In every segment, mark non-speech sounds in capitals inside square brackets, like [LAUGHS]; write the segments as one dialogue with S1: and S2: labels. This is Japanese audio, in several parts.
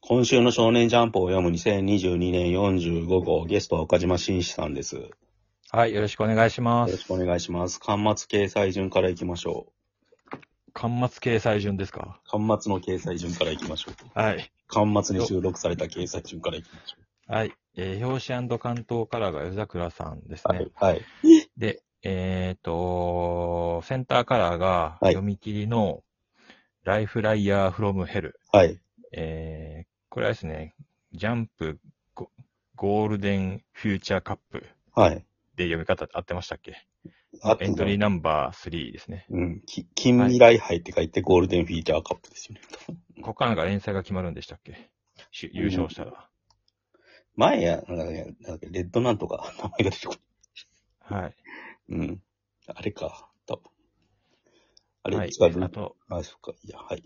S1: 今週の少年ジャンプを読む2022年45号、ゲストは岡島紳士さんです。よ
S2: はい、よろしくお願いしま
S1: ろ
S2: す
S1: しく。お願いします。巻末掲載順から行きましょ
S2: 巻末掲載順ですか
S1: う。巻末の掲載順から行きましょう。
S2: はい。
S1: 巻末に収録された掲載順から行きましょ
S2: はい。えー表紙関東カラーが夜桜さんです
S1: う。
S2: ね。
S1: はい。はい。
S2: で、えっ、と、センターカラーが
S1: はい
S2: 読み切りのライフライヤーフロムヘル。
S1: はい。
S2: えーこれはですね、ジャンプゴゴールデンフューチャーカップ
S1: はい。
S2: で読み方合ってましたっけ
S1: あ
S2: エントリーナンバー3ですね。
S1: うん。き近未来杯って書いてゴールデンフィーチャーカップですよね。
S2: ここからなんか連載が決まるんでしたっけし優勝したら。
S1: 前や、なんかね、なんだっけレッドなんとか、名前が出てこない。
S2: はい。
S1: うん。あれか、多分。あ
S2: は
S1: れ、
S2: い
S1: 違う、。
S2: あと、
S1: あ、そっか。いや、はい。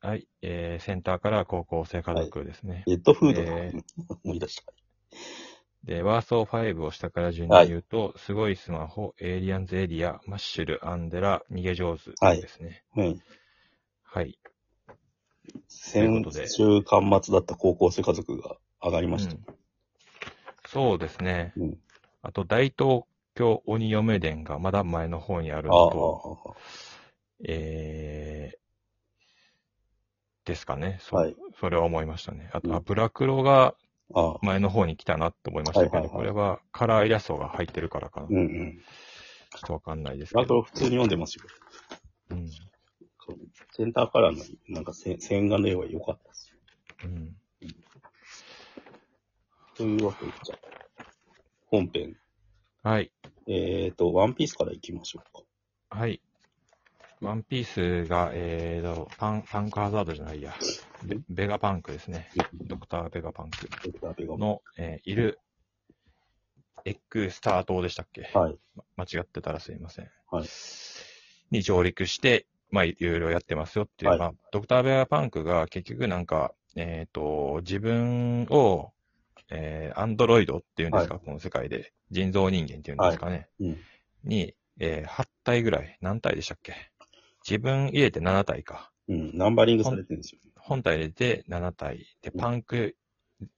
S2: はい、えーセンターから高校生科学ですね。
S1: レッドフードだ。
S2: え
S1: 思い出した。
S2: で、ワーソー5を下から順に言うと、すごいスマホ、エイリアンズエリア、マッシュル、アンデラ、逃げ上手ですね。
S1: うん。
S2: はい。
S1: 先
S2: いうことで
S1: 週間末だった高校生家族が上がりました
S2: う。んそうですね。
S1: うん
S2: あと、大東京鬼嫁伝がまだ前の方にあるの
S1: ああ
S2: と、えー、ですかね。そ,、
S1: はい
S2: それは思いましたね。あと、
S1: うん
S2: あブラクロが
S1: ああ、ああ、
S2: 前の方に来たなって思いましたけど、
S1: はいはいはい
S2: これはカラーイラストが入ってるからかな。
S1: うん
S2: ち
S1: う
S2: ょ
S1: ん。
S2: っとわかんないですけど。
S1: あと普通に読んでますよ。
S2: うん
S1: センターカラーの、なんかせ線画の絵は良かったですよ。
S2: うん
S1: というわけで、じゃあ本編。
S2: はい。
S1: えっ、ー、と、ワンピースから行きましょうか。
S2: はい。ワンピースが、えーと、パン、パンクハザードじゃないや。ベベガパンクですね。ドクターベガパンク
S1: ドクターベガ
S2: の、えーいる、エッグスター島でしたっけ、
S1: はい。
S2: 間違ってたらすいません。
S1: はい
S2: に上陸して、まあ、いろいろやってますよっていう、
S1: はい
S2: まあ、ドクターベアパンクが結局なんか、えっ、と、自分を、えーアンドロイドっていうんですか、この世界で、人造人間っていうんですかね、
S1: はいうん
S2: に、えー8体ぐらい、何体でしたっけ自分入れて7体か。
S1: うん、ナンバリングされてるんですよ。
S2: 本体入れて7体。で、
S1: うん
S2: パンク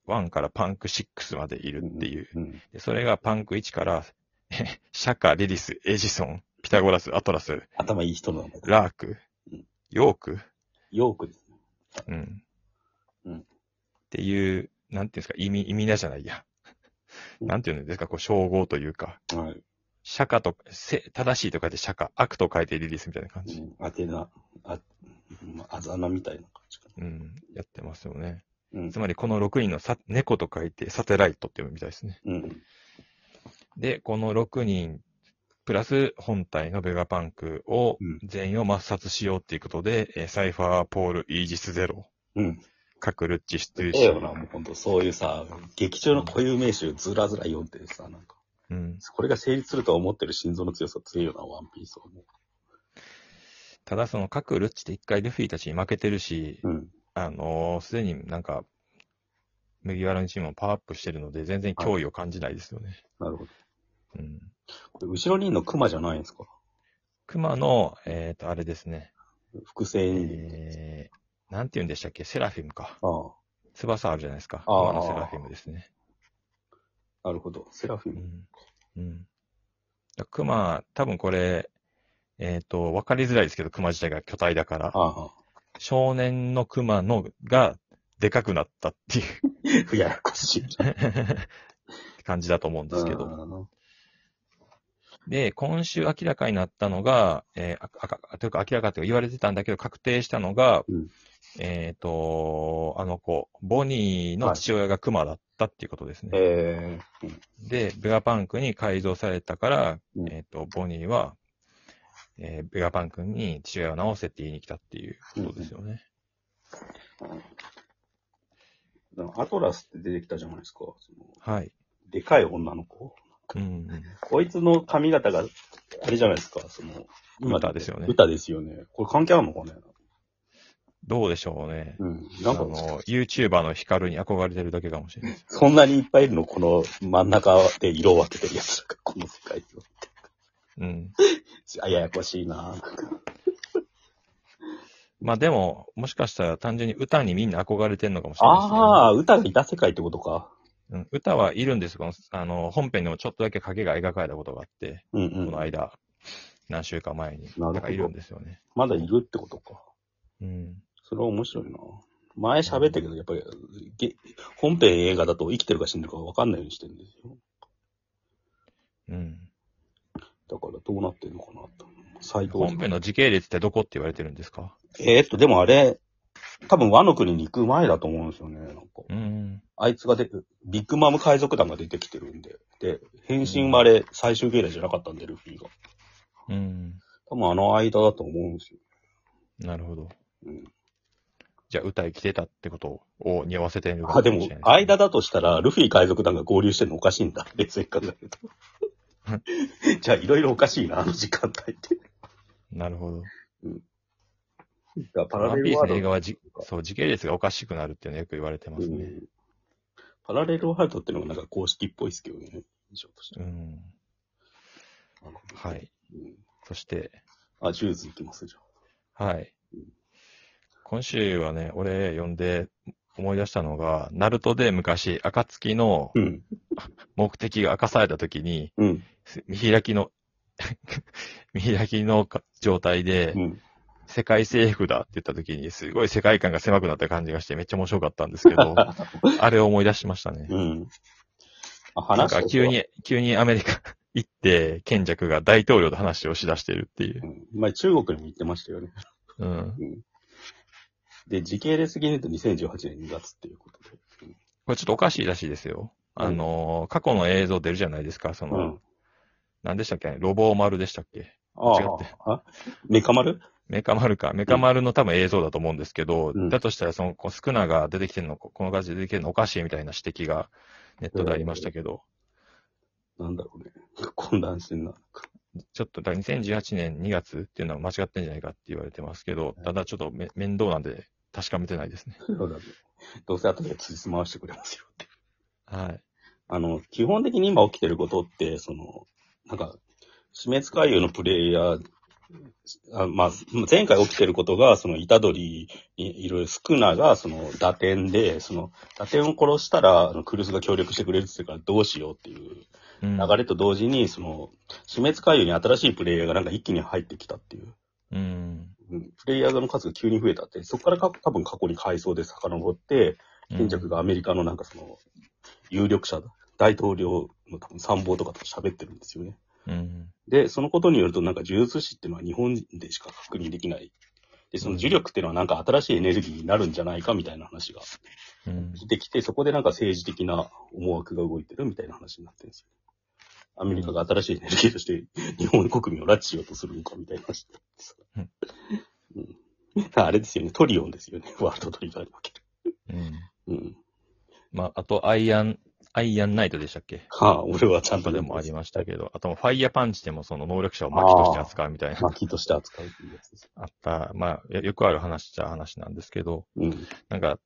S2: 1からパンク6までいるっていう。
S1: うん。
S2: で、それがパンク1から、 [LAUGHS] えシャカ、リリス、エジソン、ピタゴラス、アトラス、
S1: 頭いい人の名前。
S2: ラーク
S1: うん、
S2: ヨーク、
S1: ヨークですね。
S2: うん。
S1: うん
S2: っていう、なんていうんですか、意味、意味なじゃないや。
S1: うん
S2: なんていうんですか、こう、称号というか、
S1: はい。
S2: 釈迦と、せ正しいと書いて釈迦、悪と書いてリリースみたいな感
S1: う
S2: じ。
S1: ん、アテナ、あ、まああざなみたいな感じかな。
S2: うん、やってますよね。
S1: うん
S2: つ。まり、この6人のさ猫と書いて、サテライトって読むみたいですね。
S1: うん。
S2: で、この6人、プラス本体のベガパンクを
S1: うん、
S2: 全員を抹殺しようっていうことで、えーサイファー、ポール、イージスゼロ、
S1: うん。
S2: カクルッチ、シトゥー
S1: ええ
S2: シ
S1: よな、もうほんと、そういうさ、劇中の固有名詞をずらずら読んでさ、なんか、
S2: うん。
S1: これが成立するとは思ってる心臓の強さ強いよな、ワンピースはね。
S2: ただそのカクルッチって一回ルフィたちに負けてるし、
S1: うん。
S2: あのーすでになんか、麦わらのチームもパワーアップしてるので、全然脅威を感じないですよね。
S1: なるほど。
S2: うん。
S1: これ後ろにいるのクマじゃないんですか
S2: 熊の、えっ、と、あれですね、
S1: 複製人間。
S2: えー、なんて言うんでしたっけ、セラフィムか。
S1: あ
S2: 翼あるじゃないですか。
S1: あー
S2: 熊のセラフィムですね。
S1: あ、なるほど。セラフィム。
S2: うん。クマ、多分これ、えっ、と、わかりづらいですけど、クマ自体が巨体だから、
S1: あ
S2: 少年のクマのがでかくなったってい
S1: あ、ややこしい。
S2: う [LAUGHS] 感じだと思うんですけど。
S1: ど。
S2: で、今週明らかになったのが、えーああかというか明らかというか言われてたんだけど、確定したのが、
S1: うん
S2: えっ、と、あの子、ボニーの父親がクマだったっていうことですね。
S1: ええ
S2: で、ベガパンクに改造されたから、
S1: うん
S2: えっ、と、ボニーは、えーベガパンクに父親を直せって言いに来たっていうことですよね。
S1: アトラスって出てきたじゃないですか。その
S2: はい。
S1: でかい女の子。
S2: うんうん。
S1: こいつの髪型が、あれじゃないですか。その、
S2: 歌ですよね
S1: 歌ですよね。これ関係あるのかね
S2: どうでしょうね。
S1: うん。
S2: あ
S1: なんか、
S2: の、YouTuber のヒカルに憧れてるだけかもしれないです。
S1: そんなにいっぱいいるのこの真ん中で色を分けてるやつらが、この世界を。
S2: うん。
S1: あ、ややこしいなぁ。
S2: まあでも、もしかしたら単純に歌にみんな憧れてるのかもしれないですね。
S1: ああ、歌がいた世界ってことか。
S2: うん、歌はいるんですこのあの、本編にもちょっとだけ影が描かれたことがあって、
S1: うんう
S2: この
S1: ん。
S2: 間、何週間前に。
S1: ほど
S2: だからいるんですよね。
S1: まだいるってことか。
S2: うん。
S1: それは面白いな。前喋ったけど、やっぱり、げ本編映画だと生きてるか死んでるか分かんないようにしてるんですよ。
S2: うん。
S1: だからどうなってるのかなと。斎藤
S2: 本編の時系列ってどこって言われてるんですか
S1: えーっと、でもあれ、多分和の国に行く前だと思うんですよね。なんか
S2: うん。
S1: あいつがで、ビッグマム海賊団が出てきてるんで。で、変身はあれ、最終形態じゃなかったんで、ルフィが。
S2: うん。
S1: 多分あの間だと思うんですよ。
S2: なるほど
S1: うん。
S2: じゃあ、歌生きてたってことを匂わせてるのか
S1: あ、で
S2: し
S1: も
S2: れない、すね
S1: 間だとしたら、ルフィ海賊団が合流してるのおかしいんだ。冷静に考え
S2: [LAUGHS]
S1: ると。じゃあ、いろいろおかしいな、あの時間帯
S2: [LAUGHS]
S1: って。
S2: なるほど。
S1: だからパ
S2: ワ
S1: ラ
S2: ン
S1: レ
S2: ピー
S1: ル
S2: ス
S1: ワ
S2: の映
S1: ー
S2: 画
S1: ル
S2: はじ、そう、時系列がおかしくなるっていうのはよく言われてま
S1: ド。
S2: す
S1: う
S2: ね。
S1: んパラレルワールドっていうのがなんか公式っぽいですけどね。印象として
S2: う
S1: は。
S2: ん。はい。
S1: うん
S2: そして、
S1: あ、ジューズいきます、じゃあ。
S2: はい。今週はね、俺読んで思い出したのが、ナルトで昔、暁の
S1: うん。
S2: 目的が明かされた時に、
S1: うん。
S2: 見開きの、 [LAUGHS] 見開きのか状態で
S1: う、ん。
S2: 世界征服だって言った時に、すごい世界観が狭くなった感じがして、めっちゃ面白かったんですけ
S1: [LAUGHS]
S2: ど、あれを思い出しましたね。
S1: うん。あ、
S2: なん
S1: 話
S2: か急。に、急にアメリカ行って、賢者が大統領と話をしだしてるっていう
S1: う。ん前中国にも行ってましたよね。
S2: うん。
S1: で、時系列的に言うと2018年2月っていうことで。
S2: これちょっとおかしいらしいですよ。あのー過去の映像出るじゃないですか、その、
S1: うん
S2: 何でしたっけロボーマルでしたっけ
S1: あ
S2: 違って
S1: あ。あメカ丸
S2: メカ丸か。メカ丸の多分映像だと思うんですけど、
S1: うん
S2: だとしたら、その、こうスクナが出てきてるの、ここの感じで出てきてるのおかしいみたいな指摘がネットでありましたけど、
S1: なんだろうね。 [LAUGHS] 混乱してんな。
S2: ちょっと、だから2018年2月っていうのは間違ってんじゃないかって言われてますけど、ただちょっとめ面倒なんで確かめてないですね。
S1: そうだね。どうせ後で辻褄回してくれますよって。
S2: はい。
S1: あの、基本的に今起きてることって、その、なんか、死滅回遊のプレイヤー、あまあ、前回起きてることが、その、虎杖にいろいろスクナが、その、打点で、その、打点を殺したら、あのクルスが協力してくれるって言うから、どうしようっていう
S2: うん
S1: 流れと同時に、その、死滅回遊に新しいプレイヤーがなんか一気に入ってきたっていう。
S2: うん。
S1: うんプレイヤーの数が急に増えたって、そこからか多分過去に階層で遡って、賢者がアメリカのなんかその、有力者、大統領の多分参謀とかと喋ってるんですよね。
S2: うん。
S1: で、そのことによるとなんか呪術師っていうのは日本でしか確認できない。で、その呪力っていうのはなんか新しいエネルギーになるんじゃないかみたいな話が
S2: うん。
S1: できて、そこでなんか政治的な思惑が動いてるみたいな話になってるんですよ。アメリカが新しいエネルギーとして日本国民を拉致しようとするのかみたいな話になってさ
S2: うん
S1: うん。あれですよね、トリオンですよね、 [LAUGHS] ワールドトリガーに負ける。
S2: うん。
S1: うん。
S2: まあ、あと、アイアン、アイアンナイトでしたっけ
S1: はあ、俺はちゃん
S2: と
S1: と
S2: でもあり
S1: ま
S2: ましたけど、あと、ファイヤーパンチでもその能力者を巻きとして扱うみたいな、
S1: す。巻きとして扱うっていうやつです。
S2: あった、まあ、よよくある話っちゃ話なんですけど、
S1: うん。
S2: なんか、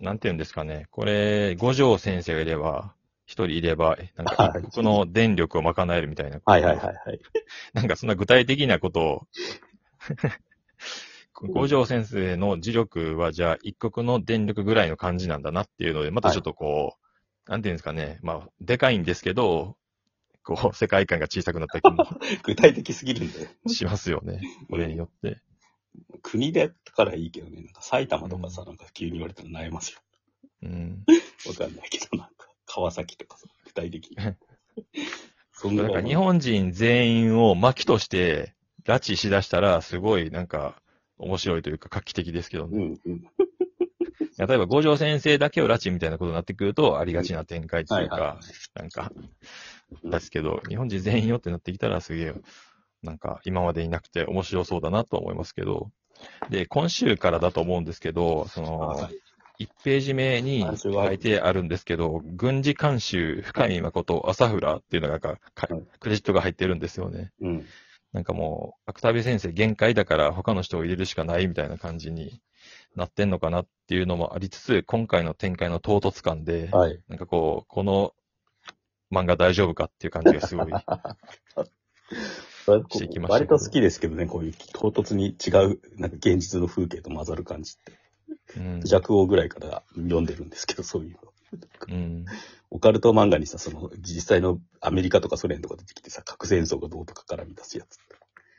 S2: なんて言うんですかね、これ、五条先生がいれば、一人いれば、えなんか
S1: は、い
S2: この電力を賄えるみたいな。
S1: はいはいはいはい。
S2: なんか、そんな具体的なことを、五条先生の磁力は、じゃあ、一国の電力ぐらいの感じなんだなっていうので、またちょっとこう、なんていうんですかね、まあ、でかいんですけど、こう、世界観が小さくなった気も
S1: 具体的すぎるんで。
S2: しますよね。これによって。
S1: 国でやったからいいけどね、なんか埼玉とかさ、なんか急に言われたら悩ますよ。
S2: うん。
S1: わかんないけど、なんか、 [LAUGHS] 川崎とかさ、具体
S2: [LAUGHS]
S1: 的に。そん
S2: な
S1: なん
S2: か日本人全員を巻きとして拉致しだしたら、すごいなんか面白いというか画期的ですけど
S1: う
S2: ね。
S1: んうん。
S2: 例えば五条先生だけを拉致みたいなことになってくると、ありがちな展開とい
S1: はい
S2: う
S1: は
S2: か、なんか、ですけど、日本人全員よってなってきたら、すげえ、なんか今までいなくて面白そうだなと思いますけど、で、今週からだと思うんですけど、その、1ページ目に
S1: あそれはあ
S2: 書
S1: る
S2: いてあるんですけど、軍事監修、深見誠、朝浦っていうのがなんかか
S1: はい
S2: クレジットが入ってるんですよね。
S1: うん。
S2: なんかもう、芥部先生限界だから他の人を入れるしかないみたいな感じになってんのかなっていうのもありつつ、今回の展開の唐突感で、
S1: はい。
S2: なんか
S1: [LAUGHS]
S2: こう、この漫画大丈夫かっていう感じがすごいしていきましたけ
S1: 割
S2: ど
S1: と好きですけどね、こういう唐突に違う、なんか現実の風景と混ざる感じって。
S2: うん
S1: 弱王ぐらいから読んでるんですけど、そういうの。
S2: うん。
S1: オカルト漫画にさ、その、実際のアメリカとかソ連とか出てきてさ、核戦争がどうとかから見出すやつ。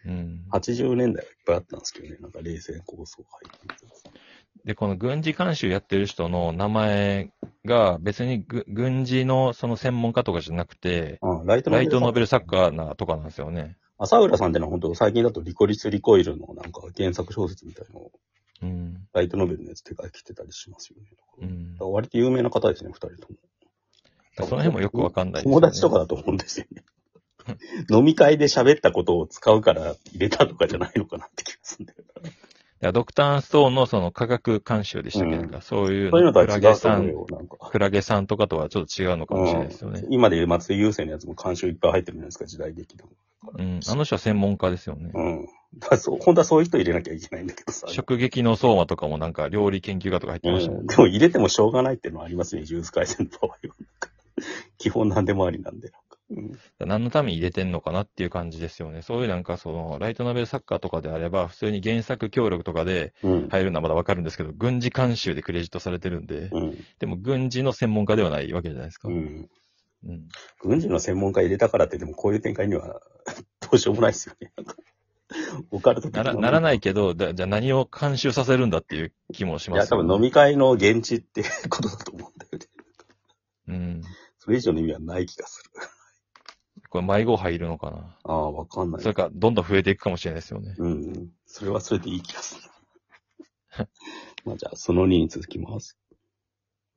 S2: うん。
S1: 80年代はいっぱいあったんですけどね、なんか冷戦構想入って
S2: で、この軍事監修やってる人の名前が別にぐ軍事のその専門家とかじゃなくて、
S1: ああ、ライトノ
S2: ラ
S1: ベ
S2: イ
S1: ル
S2: トノベ
S1: ル。
S2: ル作家なとかなんですよね。
S1: 朝浦さんってのは本当最近だとリコリス・リコイルのなんか原作小説みたいのを
S2: うん。
S1: ライトノベルのやつ手書きてたりしますよね。
S2: うん
S1: だか。ら割と有名な方ですね、二人とも。
S2: その辺もよくわかんないですよね
S1: 友達とかだと思うんですよね。飲み会で喋ったことを使うから入れたとかじゃないのかなって気がするんだけど。
S2: いやドクターストーンのその科学監修でしたっけ、
S1: うん
S2: なんかそういう
S1: そういうのとは
S2: ク
S1: 違
S2: ラ
S1: うと
S2: ゲさ、
S1: 思うんよ、なんか。
S2: クラゲさんとかとはちょっと違うのかもしれないですよね
S1: う。ん今で言う松井優生のやつも監修いっぱい入ってるじゃないですか、時代劇でも。
S2: うん。あの人は専門家ですよね
S1: う。ん。だからそう、本当はそういう人入れなきゃいけないんだけどさ。
S2: 食撃の相馬とかもなんか料理研究家とか入って
S1: う
S2: ましたね
S1: ん。。でも入れてもしょうがないっていうのはありますね、ジュース回線の場合は。 [LAUGHS] 基本何でもありなんで。なんか
S2: 何のために入れてんのかなっていう感じですよね。そういうなんかその、ライトノベル作家とかであれば、普通に原作協力とかで
S1: うん。うん。
S2: 入るのはまだわかるんですけど、軍事監修でクレジットされてるんで、
S1: うん。
S2: でも軍事の専門家ではないわけじゃないですか。
S1: う
S2: うん。
S1: ん。軍事の専門家入れたからって、でもこういう展開には [LAUGHS] どうしようもないですよね。なんか、オカルト的。
S2: なら、ならないいけど、だじゃあ何を監修させるんだっていう気もし
S1: い
S2: ま
S1: や、
S2: すよ
S1: 多
S2: ね、
S1: 分飲み会の現地ってことだと思うんだよね。
S2: うん。
S1: それ以上の意味はない気がする。
S2: これ迷子入るのかな。
S1: ああ、わかんない
S2: そ。れか、どんどん増えていくかもしれないですよね。 [LAUGHS]
S1: うん。それはそれでいい気がする。まあじゃあ、その2に続きます。